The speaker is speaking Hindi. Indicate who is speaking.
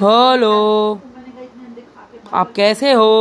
Speaker 1: हेलो आप कैसे हो